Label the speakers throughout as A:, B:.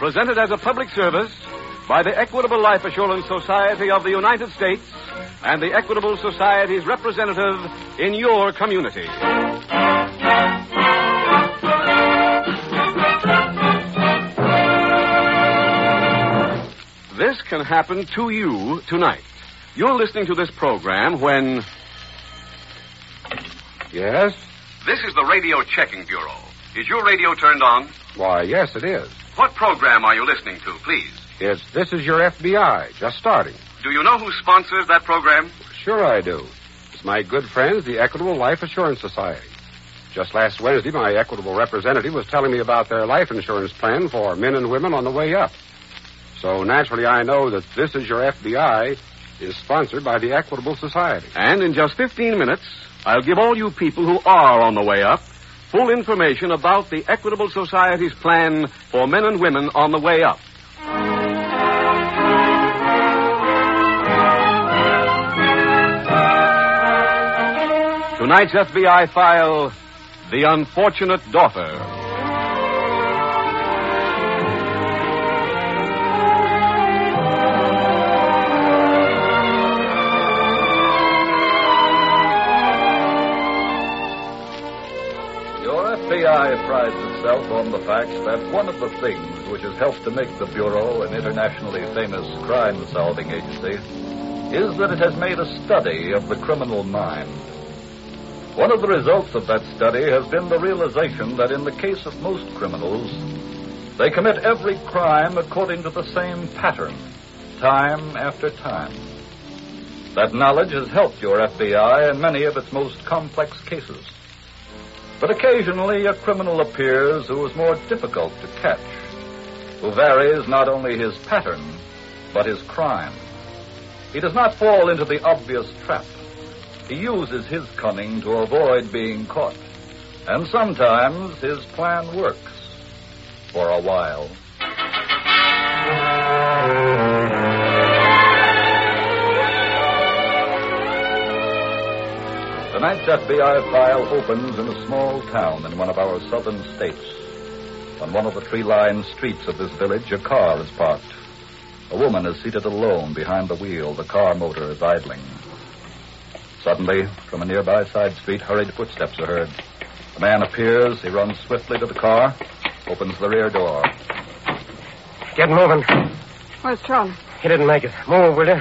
A: presented as a public service by the Equitable Life Assurance Society of the United States and the Equitable Society's representative in your community. This can happen to you tonight. You're listening to this program when. Yes? This is the Radio Checking Bureau. Is your radio turned on?
B: Why, yes, it is.
A: What program are you listening to, please?
B: It's This Is Your FBI, just starting.
A: Do you know who sponsors that program?
B: Sure, I do. It's my good friends, the Equitable Life Assurance Society. Just last Wednesday, my Equitable representative was telling me about their life insurance plan for men and women on the way up. So naturally, I know that This Is Your FBI is sponsored by the Equitable Society.
A: And in just 15 minutes, I'll give all you people who are on the way up full information about the Equitable Society's plan for men and women on the way up. Tonight's FBI file The Unfortunate Daughter.
C: Your FBI prides itself on the fact that one of the things which has helped to make the Bureau an internationally famous crime solving agency is that it has made a study of the criminal mind. One of the results of that study has been the realization that in the case of most criminals, they commit every crime according to the same pattern, time after time. That knowledge has helped your FBI in many of its most complex cases. But occasionally a criminal appears who is more difficult to catch, who varies not only his pattern, but his crime. He does not fall into the obvious trap. He uses his cunning to avoid being caught. And sometimes his plan works. For a while. Tonight's FBI file opens in a small town in one of our southern states. On one of the tree lined streets of this village, a car is parked. A woman is seated alone behind the wheel. The car motor is idling. Suddenly, from a nearby side street, hurried footsteps are heard. A man appears. He runs swiftly to the car, opens the rear door.
D: Get moving.
E: Where's Charlie?
D: He didn't make it. Move, will you?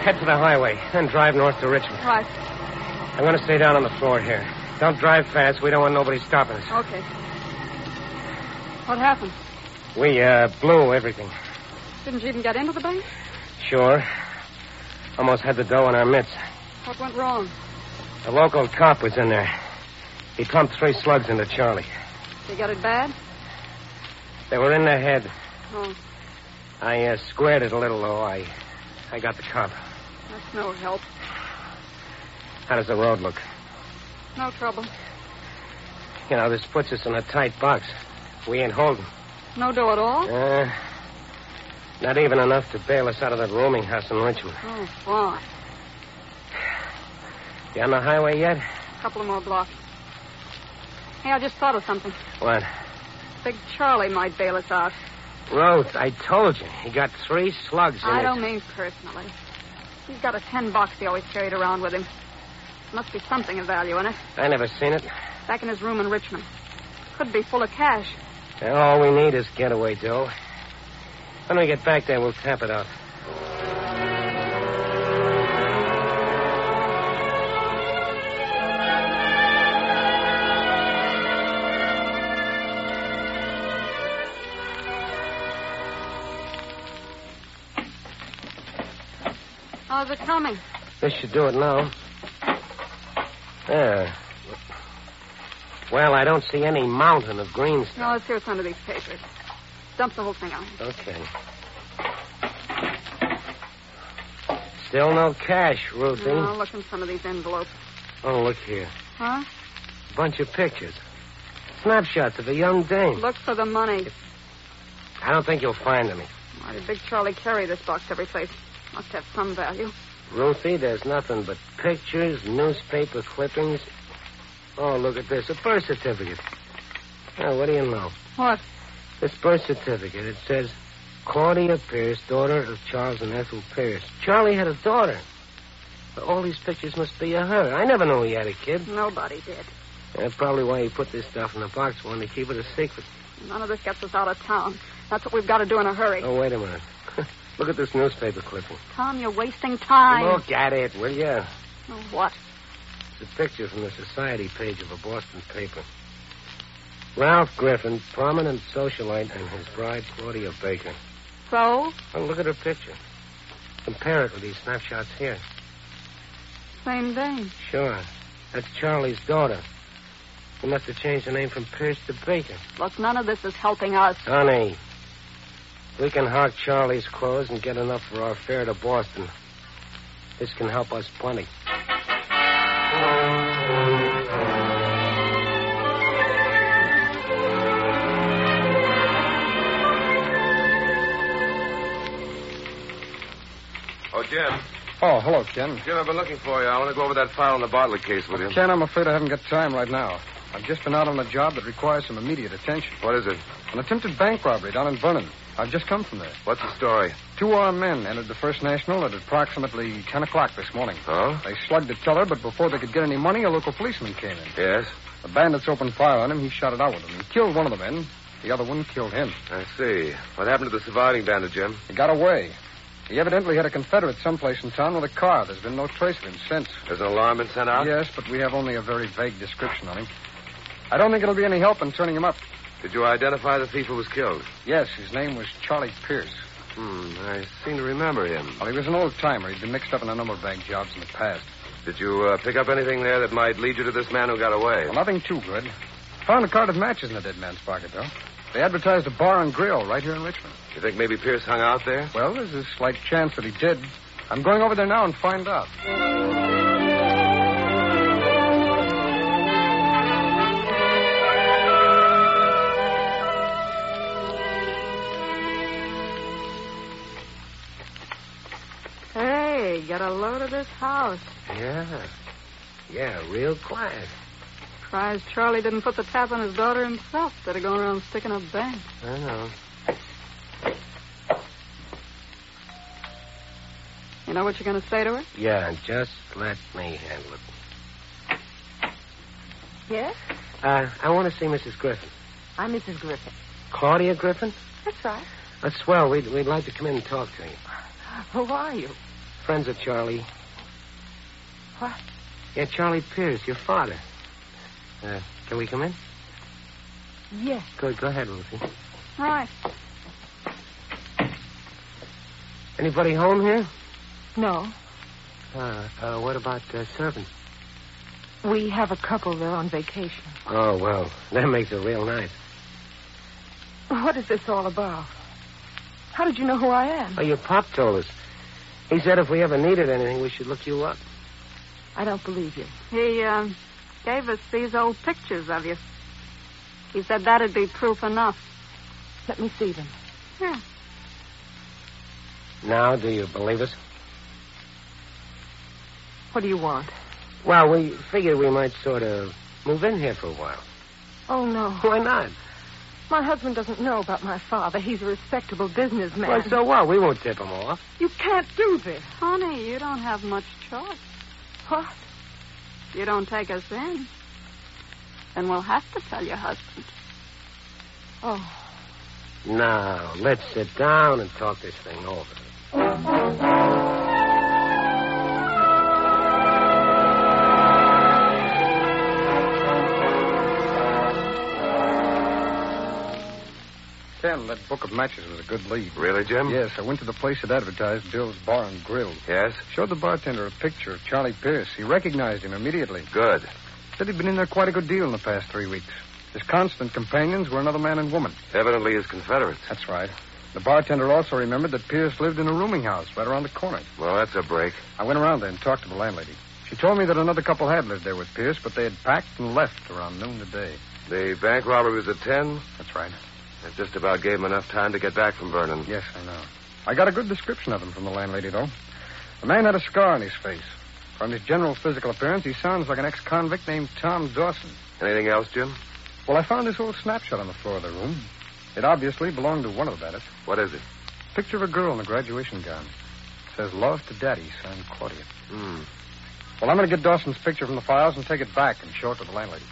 D: Head for the highway, then drive north to Richmond.
E: Right.
D: I'm going to stay down on the floor here. Don't drive fast. We don't want nobody stopping us.
E: Okay. What happened?
D: We uh, blew everything.
E: Didn't you even get into the bank?
D: Sure. Almost had the dough in our midst.
E: What went wrong?
D: The local cop was in there. He pumped three slugs into Charlie.
E: You got it bad?
D: They were in the head.
E: Oh,
D: I uh, squared it a little, though. I, I got the cop.
E: that's no help.
D: How does the road look?
E: No trouble.
D: You know, this puts us in a tight box. We ain't holding.
E: No dough at all?
D: Uh, not even enough to bail us out of that rooming house in Richmond.
E: Oh, fine.
D: You on the highway yet?
E: A couple of more blocks. Hey, I just thought of something.
D: What?
E: Big Charlie might bail us out.
D: Rhodes, I told you. He got three slugs in
E: I
D: it.
E: don't mean personally. He's got a ten box he always carried around with him. Must be something of value in it.
D: I never seen it.
E: Back in his room in Richmond. Could be full of cash.
D: Now, all we need is getaway dough. When we get back there, we'll tap it out.
E: How's Oh, it coming?
D: This should do it now. There. Well, I don't see any mountain of green stuff.
E: No, let's hear some of these papers. Dump the whole thing on.
D: Okay. Still no cash, Ruthie.
E: No, I'll look in some of these envelopes.
D: Oh, look here.
E: Huh?
D: Bunch of pictures. Snapshots of a young dame.
E: Look for the money.
D: I don't think you'll find any.
E: Why did Big Charlie carry this box every place? Must have some value.
D: Ruthie, there's nothing but pictures, newspaper clippings. Oh, look at this. A birth certificate. Oh, what do you know?
E: What?
D: This birth certificate, it says Claudia Pierce, daughter of Charles and Ethel Pierce. Charlie had a daughter. But all these pictures must be of her. I never knew he had a kid.
E: Nobody did.
D: That's probably why he put this stuff in the box, wanted to keep it a secret.
E: None of this gets us out of town. That's what we've got to do in a hurry.
D: Oh, wait a minute. Look at this newspaper clipping.
E: Tom, you're wasting time.
D: Look at it, will you?
E: Oh, What?
D: It's a picture from the society page of a Boston paper. Ralph Griffin, prominent socialite, and his bride, Claudia Baker.
E: So?
D: Well, look at her picture. Compare it with these snapshots here.
E: Same thing.
D: Sure. That's Charlie's daughter. He must have changed her name from Pierce to Baker.
E: Look, none of this is helping us.
D: Honey, we can hawk Charlie's clothes and get enough for our fare to Boston. This can help us plenty.
F: Oh, Jim.
G: Oh, hello, Ken.
F: Jim, I've been looking for you. I want to go over that file on the Bartlett case with you.
G: Ken, I'm afraid I haven't got time right now. I've just been out on a job that requires some immediate attention.
F: What is it?
G: An attempted bank robbery down in Vernon. I've just come from there.
F: What's the story?
G: Two armed men entered the First National at approximately 10 o'clock this morning.
F: Huh?
G: They slugged a teller, but before they could get any money, a local policeman came in.
F: Yes?
G: The bandits opened fire on him. He shot it out with them. He killed one of the men. The other one killed him.
F: I see. What happened to the surviving bandit, Jim?
G: He got away. He evidently had a Confederate someplace in town with a car. There's been no trace of him since.
F: Has an alarm been sent out?
G: Yes, but we have only a very vague description on him. I don't think it'll be any help in turning him up.
F: Did you identify the thief who was killed?
G: Yes, his name was Charlie Pierce.
F: Hmm, I seem to remember him.
G: Well, he was an old timer. He'd been mixed up in a number of bank jobs in the past.
F: Did you uh, pick up anything there that might lead you to this man who got away?
G: Well, nothing too good. Found a card of matches in the dead man's pocket, though. They advertised a bar and grill right here in Richmond.
F: You think maybe Pierce hung out there?
G: Well, there's a slight chance that he did. I'm going over there now and find out.
E: Hey, get a load of this house.
D: Yeah. Yeah, real quiet.
E: Surprised Charlie didn't put the tap on his daughter himself. Instead of going around sticking up bank.
D: I know.
E: You know what you're going to say to her?
D: Yeah, just let me handle it.
H: Yes?
D: Uh, I want to see Mrs. Griffin.
H: I'm Mrs. Griffin.
D: Claudia Griffin?
H: That's right.
D: That's swell. We'd, we'd like to come in and talk to you.
H: Who are you?
D: Friends of Charlie.
H: What?
D: Yeah, Charlie Pierce, your father. Uh, can we come in?
H: Yes.
D: Good. Go ahead, Ruthie.
E: All right.
D: Anybody home here?
H: No.
D: Uh, uh, what about uh, servants?
H: We have a couple. They're on vacation.
D: Oh, well, that makes it real nice.
H: What is this all about? How did you know who I am?
D: Oh, your pop told us. He said if we ever needed anything, we should look you up.
H: I don't believe you.
E: He uh, gave us these old pictures of you. He said that'd be proof enough.
H: Let me see them.
E: Yeah.
D: Now, do you believe us?
H: What do you want?
D: Well, we figured we might sort of move in here for a while.
H: Oh, no.
D: Why not?
H: My husband doesn't know about my father. He's a respectable businessman.
D: Well, so what? We won't tip him off.
H: You can't do this.
E: Honey, you don't have much choice.
H: What?
E: You don't take us in. Then we'll have to tell your husband.
H: Oh.
D: Now, let's sit down and talk this thing over. Say,
G: 10, that book of matches was a good lead.
F: Really, Jim?
G: Yes, I went to the place that advertised Bill's Bar and Grill.
F: Yes?
G: Showed the bartender a picture of Charlie Pierce. He recognized him immediately.
F: Good.
G: Said he'd been in there quite a good deal in the past three weeks. His constant companions were another man and woman.
F: Evidently his Confederates.
G: That's right. The bartender also remembered that Pierce lived in a rooming house right around the corner.
F: Well, that's a break.
G: I went around there and talked to the landlady. She told me that another couple had lived there with Pierce, but they had packed and left around noon today.
F: The bank robbery was at 10.
G: That's right.
F: That just about gave him enough time to get back from Vernon.
G: Yes, I know. I got a good description of him from the landlady, though. The man had a scar on his face. From his general physical appearance, he sounds like an ex convict named Tom Dawson.
F: Anything else, Jim?
G: Well, I found this old snapshot on the floor of the room. It obviously belonged to one of the bandits.
F: What is it?
G: Picture of a girl in a graduation gown. It says, Love to Daddy, signed Claudia.
F: Hmm.
G: Well, I'm going to get Dawson's picture from the files and take it back and show it to the landlady.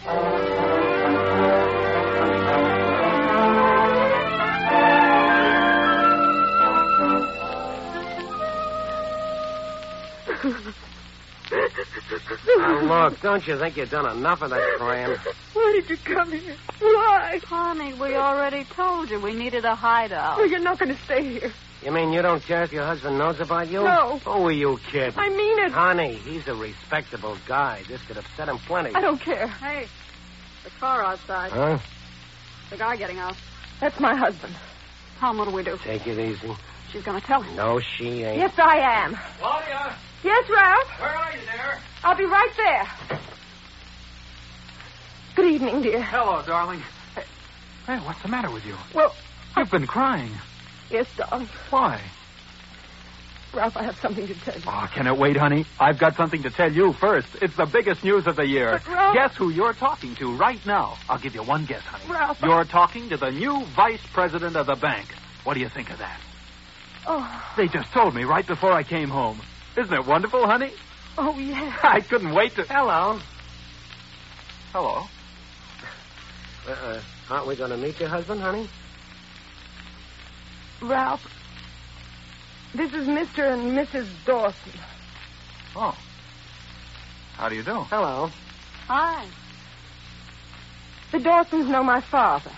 D: Now, Oh, look, don't you think you've done enough of that crime?
H: Why did you come here? Why?
E: Honey, we already told you we needed a hideout.
H: Oh, you're not going to stay here.
D: You mean you don't care if your husband knows about you?
H: No.
D: Oh, are you kidding?
H: I mean it.
D: Honey, he's a respectable guy. This could upset him plenty.
H: I don't care.
E: Hey, the car outside.
D: Huh?
E: The guy getting out.
H: That's my husband.
E: Tom, what do we do?
D: Take it easy.
E: She's going to tell him.
D: No, she ain't.
H: Yes, I am.
A: Claudia,
H: Yes, Ralph.
A: where are you there?
H: I'll be right there. Good evening, dear.
A: Hello, darling. Hey, hey, what's the matter with you?
H: Well,
A: You've been crying.
H: yes, darling.
A: Why?
H: Ralph, I have something to tell you.
A: Oh, can it wait, honey? I've got something to tell you first. It's the biggest news of the year.
H: But, Ralph-
A: Guess who you're talking to right now? I'll give you one guess, honey.
H: Ralph, I-
A: You're talking to the new vice president of the bank. What do you think of that?
H: Oh,
A: They just told me right before I came home. Isn't it wonderful, honey?
H: oh, yes.
A: I couldn't wait to.
D: Hello.
A: Hello.
D: Uh-uh. Aren't we going to meet your husband, honey?
H: Ralph, this is Mr. and Mrs. Dawson.
A: Oh. How do you do?
D: Hello.
E: Hi.
H: The Dawsons know my father.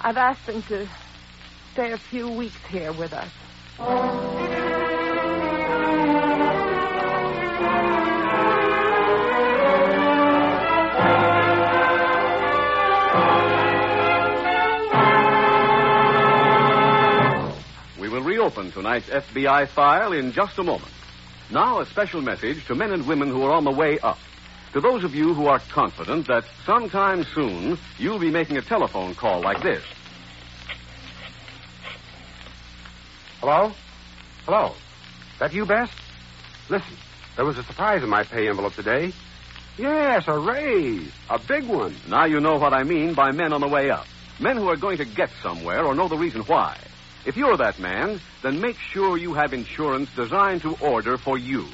H: I've asked them to stay a few weeks here with us.
A: We will reopen tonight's FBI file in just a moment. Now, a special message to men and women who are on the way up. To those of you who are confident that sometime soon you'll be making a telephone call like this.
B: Hello? Hello? That you, Bess? Listen, there was a surprise in my pay envelope today. Yes, a raise. A big one.
A: Now you know what I mean by men on the way up. Men who are going to get somewhere or know the reason why. If you're that man, then make sure you have insurance designed to order for you.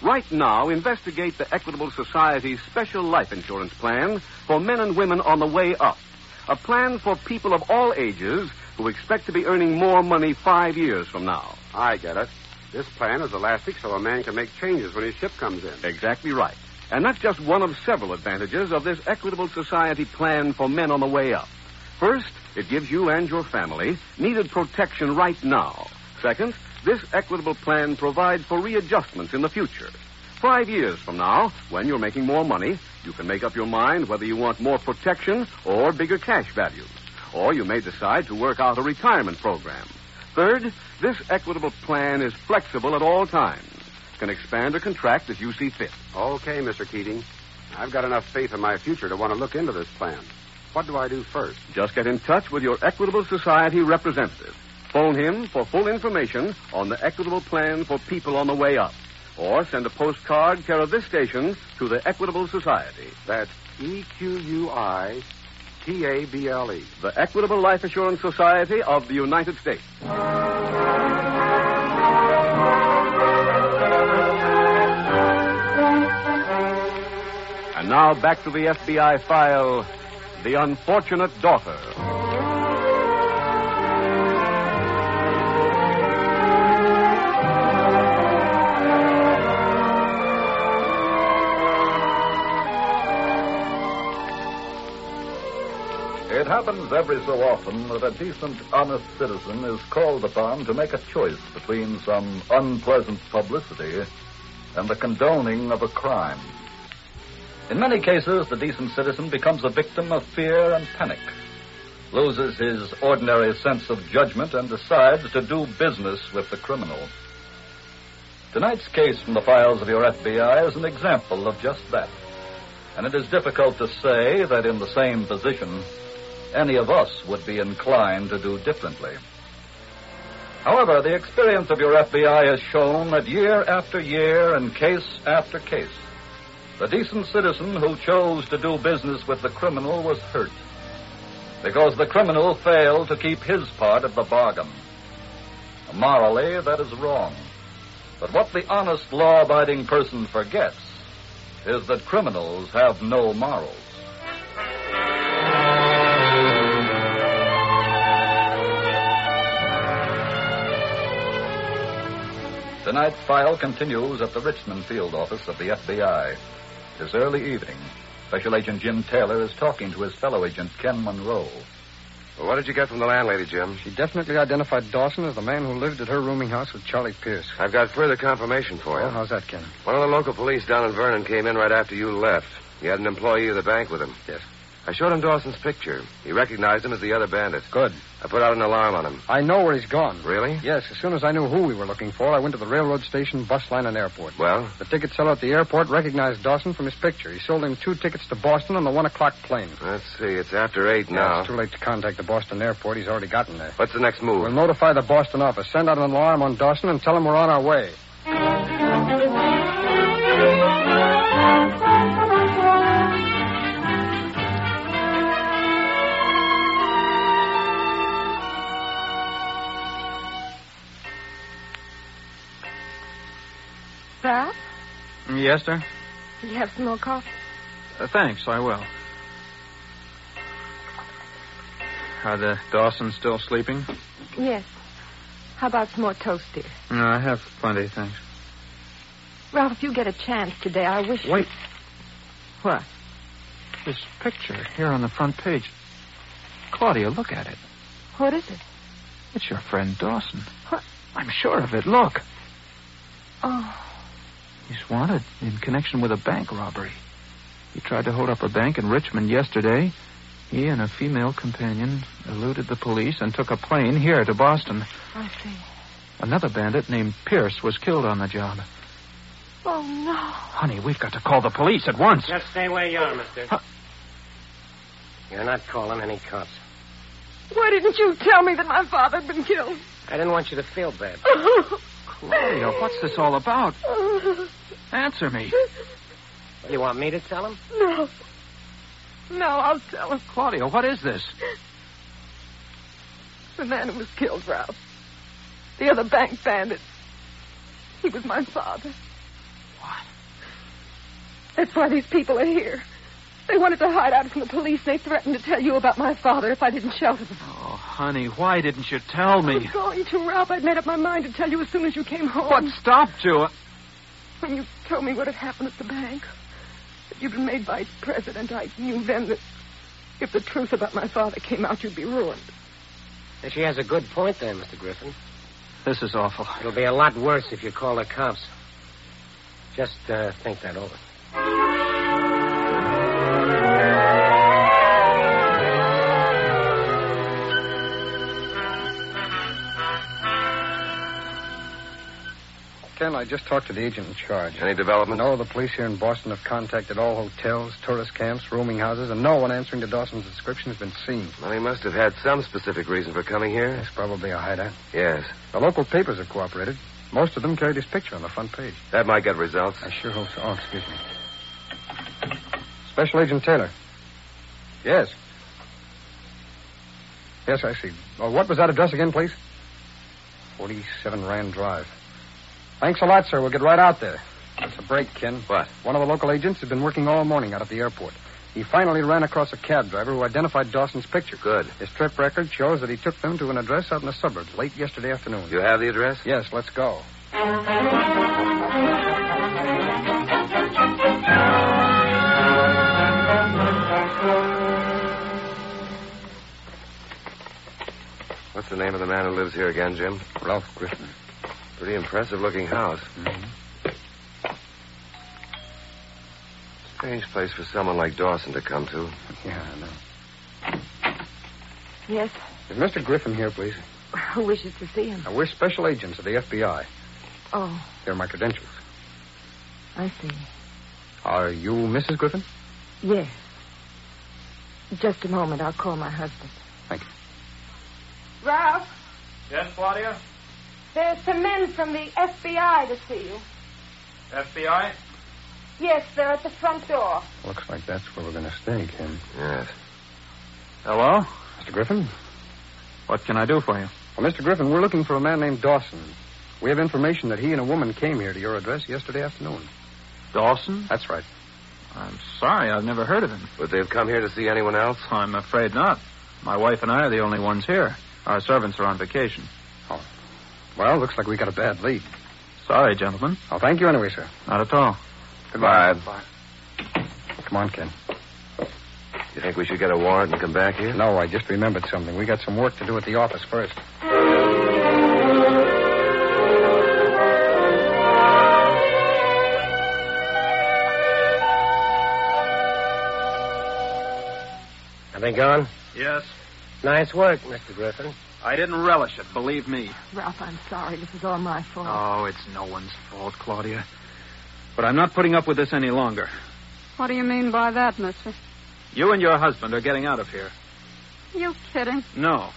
A: Right now, investigate the Equitable Society's special life insurance plan for men and women on the way up. A plan for people of all ages who expect to be earning more money five years from now.
B: I get it. This plan is elastic so a man can make changes when his ship comes in.
A: Exactly right. And that's just one of several advantages of this Equitable Society plan for men on the way up. First, it gives you and your family needed protection right now. Second, this Equitable plan provides for readjustments in the future. Five years from now, when you're making more money, you can make up your mind whether you want more protection or bigger cash values. Or you may decide to work out a retirement program. Third, this Equitable plan is flexible at all times. Can expand or contract as you see fit.
B: Okay, Mr. Keating. I've got enough faith in my future to want to look into this plan. What do I do first?
A: Just get in touch with your Equitable Society representative. Phone him for full information on the Equitable Plan for people on the way up. Or send a postcard care of this station to the Equitable Society.
B: That's E Q U I T A B L E.
A: The Equitable Life Assurance Society of the United States. And now back to the FBI file The Unfortunate Daughter.
C: It It happens every so often that a decent, honest citizen is called upon to make a choice between some unpleasant publicity and the condoning of a crime. In many cases, the decent citizen becomes a victim of fear and panic, loses his ordinary sense of judgment, and decides to do business with the criminal. Tonight's case from the files of your FBI is an example of just that. And it is difficult to say that in the same position, any of us would be inclined to do differently. However, the experience of your FBI has shown that year after year and case after case, the decent citizen who chose to do business with the criminal was hurt. Because the criminal failed to keep his part of the bargain. Morally, that is wrong. But what the honest, law abiding person forgets is that criminals have no morals. Tonight's file continues at the Richmond field office of the FBI. This early evening, Special Agent Jim Taylor is talking to his fellow agent, Ken Monroe.
F: Well, what did you get from the landlady, Jim?
G: She definitely identified Dawson as the man who lived at her rooming house with Charlie Pierce.
F: I've got further confirmation for you.
G: Well, how's that, Ken?
F: One of the local police down in Vernon came in right after you left. He had an employee of the bank with him.
G: Yes.
F: I showed him Dawson's picture. He recognized him as the other bandit.
G: Good.
F: I put out an alarm on him.
G: I know where he's gone.
F: Really?
G: Yes, as soon as I knew who we were looking for, I went to the railroad station, bus line, and airport.
F: Well,
G: The ticket seller at the airport recognized Dawson from his picture. He sold him two tickets to Boston on the one o'clock plane.
F: let's see. It's after eight
G: Yeah,
F: now.
G: It's too late to contact the Boston airport. He's already gotten there.
F: What's the next move?
G: We'll notify the Boston office. Send out an alarm on Dawson and tell him we're on our way.
H: Ralph,
I: Mm, Yes, sir?
H: you have some more coffee?
I: Uh, thanks, I will. Are the Dawsons still sleeping?
H: Yes. How about some more toast, dear?
I: No, I have plenty, thanks.
H: Ralph, if you get a chance today, I wish. you-
I: Wait. What? This picture here on the front page. Claudia, look at it.
H: What is it?
I: It's your friend Dawson.
H: What?
I: I'm sure of it. Look.
H: Oh,
I: He's wanted in connection with a bank robbery. He tried to hold up a bank in Richmond yesterday. He and a female companion eluded the police and took a plane here to Boston.
H: I see.
I: Another bandit named Pierce was killed on the job.
H: Oh, no.
I: Honey, we've got to call the police at once.
D: Just stay where you are, mister.
I: Huh.
D: You're not calling any cops.
H: Why didn't you tell me that my father had been killed?
D: I didn't want you to feel bad.
I: Claudia, what's this all about? Answer me.
D: You want me to tell him?
H: no. No, I'll tell him.
I: Claudia, what is this?
H: The man who was killed, Ralph. The other bank bandit. He was my father.
I: What?
H: That's why these people are here. They wanted to hide out from the police. They threatened to tell you about my father if I didn't shelter them.
I: Oh, honey, why didn't you tell
H: I
I: me?
H: was going to, Ralph. I'd made up my mind to tell you as soon as you came home.
I: What stopped you?
H: When you told me what had happened at the bank, that you'd been made vice president, I knew then that if the truth about my father came out, you'd be ruined.
D: She has a good point there, Mr. Griffin.
I: This is awful.
D: It'll be a lot worse if you call the cops. Just uh, think that over.
G: Ken, I just talked to the agent in charge.
F: Any development?
G: No, the police here in Boston have contacted all hotels, tourist camps, rooming houses, and no one answering to Dawson's description has been seen.
F: Well, he must have had some specific reason for coming here.
G: That's probably a hideout.
F: Yes.
G: The local papers have cooperated. Most of them carried his picture on the front page.
F: That might get results.
G: I sure hope so. Oh, excuse me. Special Agent Taylor. Yes. Yes, I see. Well, what was that address again, please? 47 Rand Drive. Thanks a lot, sir. We'll get right out there. It's a break, Ken.
F: What?
G: One of the local agents had been working all morning out at the airport. He finally ran across a cab driver who identified Dawson's picture.
F: Good.
G: His trip record shows that he took them to an address out in the suburbs late yesterday afternoon.
F: You have the address?
G: Yes, let's go.
J: What's the name of the man who lives here again, Jim?
A: Ralph Griffin.
J: Pretty impressive looking house. Strange place for someone like Dawson to come to.
A: Yeah, I know.
H: Yes.
A: Is Mr. Griffin here, please?
H: Who wishes to see him?
A: Now, we're special agents of the FBI.
H: Oh,
A: Here are my credentials.
H: I see.
A: Are you Mrs. Griffin?
H: Yes. Just a moment. I'll call my husband.
A: Thank you.
K: Ralph,
L: Yes, Claudia?
K: there's some men from the FBI to see you.
L: FBI?
K: Yes, they're at the front door.
A: Looks like that's where we're going to stay, Ken.
J: Yes.
A: Hello? Mr. Griffin?
C: What can I do for you?
A: Well, Mr. Griffin, we're looking for a man named Dawson. We have information that he and a woman came here to your address yesterday afternoon.
C: Dawson?
A: That's right.
C: I'm sorry, I've never heard of him.
J: Would they have come here to see anyone else?
C: I'm afraid not. My wife and I are the only ones here. Our servants are on vacation.
A: Well, looks like we got a bad lead.
C: Sorry, gentlemen.
A: Well, thank you anyway, sir.
C: Not at all.
A: Goodbye.
J: Bye.
A: Come on, Ken.
J: You think we should get a warrant and come back here?
A: No, I just remembered something. We got some work to do at the office first.
D: Everything gone?
L: Yes.
D: Nice work, Mr. Griffin.
L: I didn't relish it, believe me.
H: Ralph, I'm sorry. This is all my fault.
C: Oh, it's no one's fault, Claudia. But I'm not putting up with this any longer.
E: What do you mean by that, mister?
C: You and your husband are getting out of here.
E: You kidding?
C: No.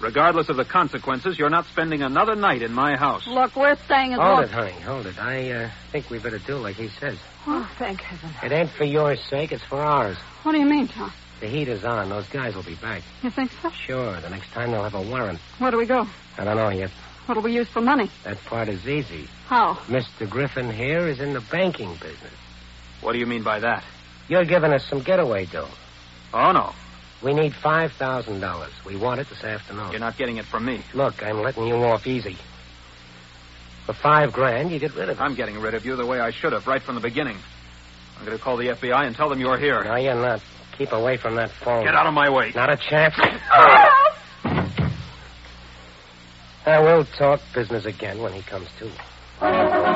C: Regardless of the consequences, you're not spending another night in my house.
E: Look, we're staying as
D: Hold
E: long...
D: it, honey. Hold it. I uh, think we better do like he says.
E: Oh, thank heaven.
D: It ain't for your sake, it's for ours.
E: What do you mean, Tom?
D: The heat is on. Those guys will be back.
E: You think so?
D: Sure. The next time they'll have a warrant.
E: Where do we go?
D: I don't know yet.
E: What'll we use for money?
D: That part is easy.
E: How?
D: Mr. Griffin here is in the banking business.
C: What do you mean by that?
D: You're giving us some getaway dough.
C: Oh, no.
D: We need $5,000. We want it this afternoon.
C: You're not getting it from me.
D: Look, I'm letting you off easy. For five grand, you get rid of it.
C: I'm getting rid of you the way I should have, right from the beginning. I'm going to call the FBI and tell them you're here.
D: No, you're not. Keep away from that phone.
C: Get out of my way.
D: Not a chance. I will talk business again when he comes to.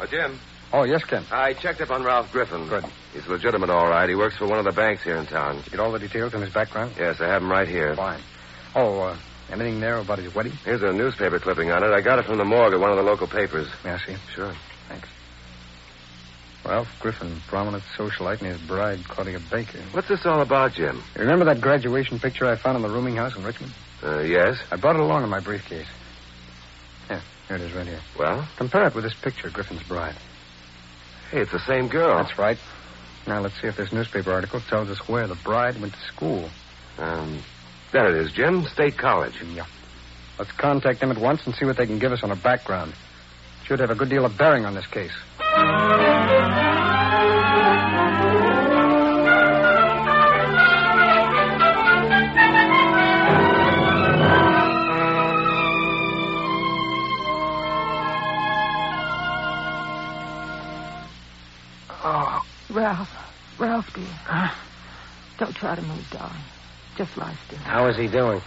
J: Oh, Jim,
A: Oh, yes, Ken.
J: I checked up on Ralph Griffin.
A: Good.
J: He's legitimate, all right. He works for one of the banks here in town.
A: Did you get all the details on his background?
J: Yes, I have him right here.
A: Fine. Oh, uh, anything there about his wedding?
J: Here's a newspaper clipping on it. I got it from the morgue at one of the local papers.
A: May I see it?
J: Sure.
A: Thanks. Ralph Griffin, prominent socialite, and his bride, Claudia Baker.
J: What's this all about, Jim?
A: You remember that graduation picture I found in the rooming house in Richmond?
J: Uh, yes.
A: I brought it along in my briefcase. Yeah, here it is right here.
J: Well,
A: Compare it with this picture, Griffin's bride.
J: hey, it's the same girl.
A: That's right. Now let's see if this newspaper article tells us where the bride went to school.
J: Um, there it is, Jim. State College.
A: Yeah. Let's contact them at once and see what they can give us on her background. Should have a good deal of bearing on this case.
H: Oh, Ralph. Ralph, dear. Don't try to move, darling. Just lie still.
D: How is he doing?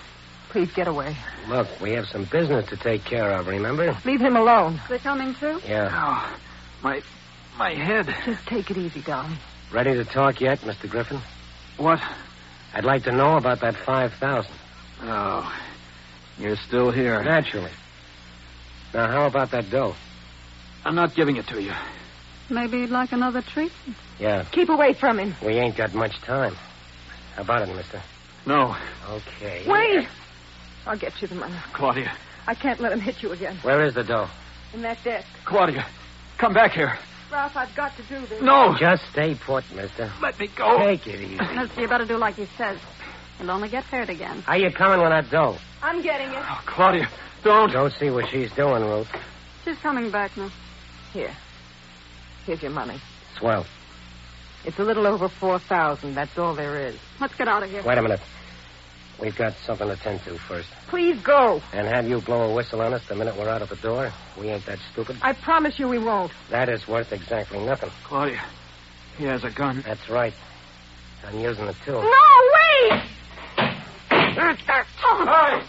H: Please get away.
D: Look, we have some business to take care of, remember?
H: Leave him alone.
E: They're coming too?
D: Yeah.
C: Oh, my, my head.
H: Just take it easy, darling.
D: Ready to talk yet, Mr. Griffin?
C: What?
D: I'd like to know about that 5000
C: Oh, you're still here.
D: Naturally. Now, how about that dough?
C: I'm not giving it to you.
E: Maybe you'd like another treat?
D: Yeah,
H: Keep away from him.
D: we ain't got much time. How about it, mister?
C: No,
D: Okay.
H: Wait. I'll get you the money.
C: Claudia.
H: I can't let him hit you again.
D: Where is the dough?
H: In that desk.
C: Claudia, come back here.
H: Ralph, I've got to do this.
C: No.
D: Just stay put, mister.
C: Let me go.
D: Take it easy.
E: Mister, you better do like he says. You'll only get hurt again.
D: How you coming with that dough?
H: I'm getting it.
C: Oh, Claudia, don't.
D: Go see what she's doing, Ruth.
E: She's coming back now.
H: Here. Here's your money.
D: Swell.
H: It's a little over 4000 That's all there is.
E: Let's get out of here.
D: Wait a minute. We've got something to tend to first.
H: Please go.
D: And have you blow a whistle on us the minute we're out of the door? We ain't that stupid.
H: I promise you we won't.
D: That is worth exactly nothing.
I: Claudia, he has a gun.
D: That's right. I'm using it too.
H: No, wait!
M: All right.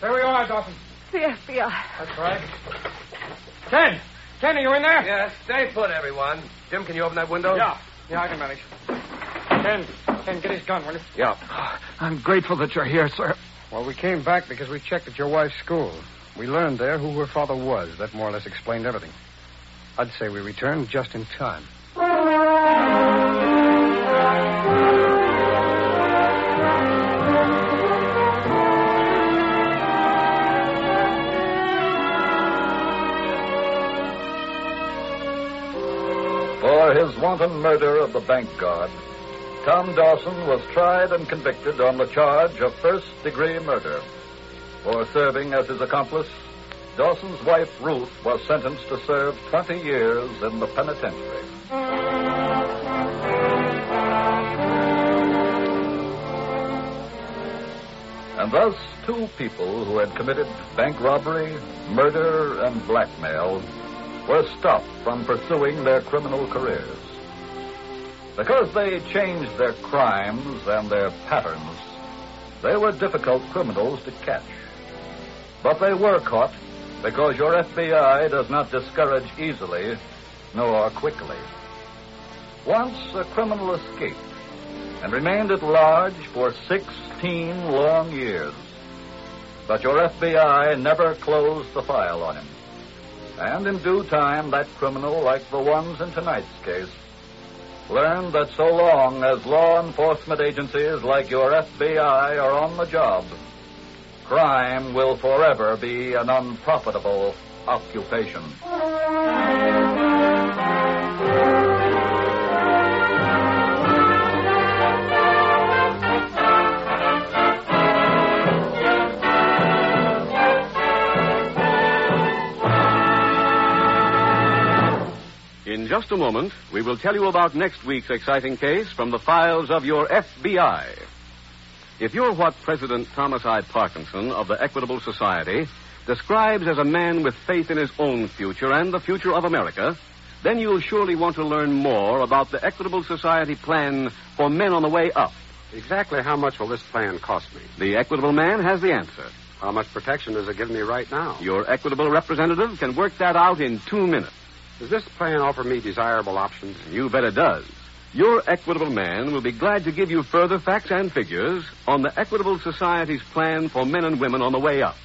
M: There we are, Dawson.
H: The FBI.
M: That's right. Ken! Ken, are you in there?
F: Yes, stay put, everyone. Jim, can you open that window?
M: Yeah. Yeah, I can manage. Ken, Ken, get his gun, will you?
F: Yeah.
I: I'm grateful that you're here, sir.
G: Well, we came back because we checked at your wife's school. We learned there who her father was. That more or less explained everything. I'd say we returned just in time.
C: For his wanton murder of the bank guard, Tom Dawson was tried and convicted on the charge of first degree murder. For serving as his accomplice, Dawson's wife, Ruth, was sentenced to serve 20 years in the penitentiary. And thus, two people who had committed bank robbery, murder, and blackmail were stopped from pursuing their criminal careers. Because they changed their crimes and their patterns, they were difficult criminals to catch. But they were caught because your FBI does not discourage easily nor quickly. Once a criminal escaped and remained at large for 16 long years. But your FBI never closed the file on him. And in due time, that criminal, like the ones in tonight's case, learned that so long as law enforcement agencies like your FBI are on the job, crime will forever be an unprofitable occupation.
A: In just a moment, we will tell you about next week's exciting case from the files of your FBI. If you're what President Thomas I. Parkinson of the Equitable Society describes as a man with faith in his own future and the future of America, then you'll surely want to learn more about the Equitable Society plan for men on the way up.
B: Exactly how much will this plan cost me?
A: The Equitable Man has the answer.
B: How much protection does it give me right now?
A: Your Equitable representative can work that out in two minutes.
B: Does this plan offer me desirable options?
A: You bet it does. Your Equitable Man will be glad to give you further facts and figures on the Equitable Society's plan for men and women on the way up.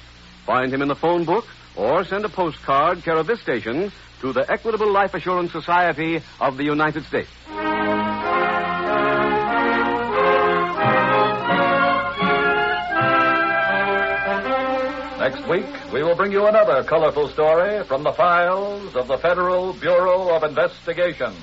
A: Find him in the phone book or send a postcard care of this station to the Equitable Life Assurance Society of the United States.
C: Next week, we will bring you another colorful story from the files of the Federal Bureau of Investigation.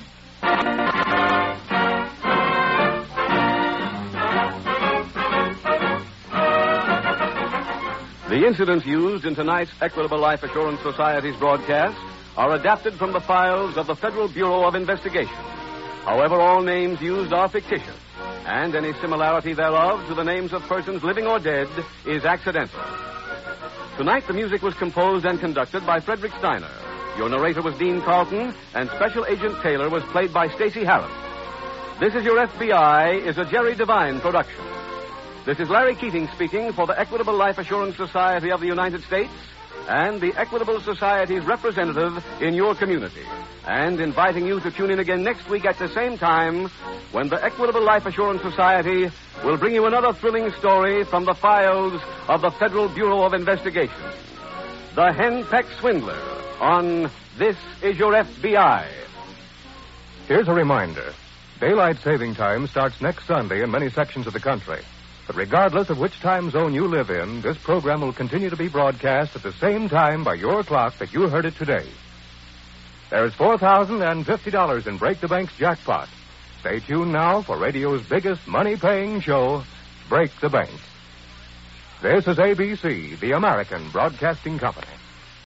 A: The incidents used in tonight's Equitable Life Assurance Society's broadcast are adapted from the files of the Federal Bureau of Investigation. However, all names used are fictitious, and any similarity thereof to the names of persons living or dead is accidental. Tonight, the music was composed and conducted by Frederick Steiner. Your narrator was Dean Carlton, and Special Agent Taylor was played by Stacy Harris. This is Your FBI is a Jerry Devine production. This is Larry Keating speaking for the Equitable Life Assurance Society of the United States and the Equitable Society's representative in your community, and inviting you to tune in again next week at the same time when the Equitable Life Assurance Society will bring you another thrilling story from the files of the Federal Bureau of Investigation. The Henpeck Swindler on This Is Your FBI.
N: Here's a reminder daylight saving time starts next Sunday in many sections of the country. But regardless of which time zone you live in, this program will continue to be broadcast at the same time by your clock that you heard it today. There is $4,050 in Break the Bank's jackpot. Stay tuned now for radio's biggest money paying show, Break the Bank. This is ABC, the American Broadcasting Company.